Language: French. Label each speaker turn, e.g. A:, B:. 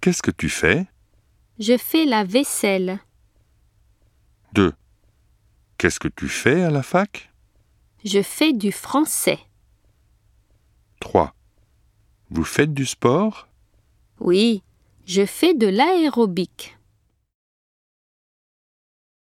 A: Qu'est-ce que tu fais
B: Je fais la vaisselle.
A: 2. Qu'est-ce que tu fais à la fac
B: Je fais du français.
A: 3. Vous faites du sport
B: Oui, je fais de l'aérobic.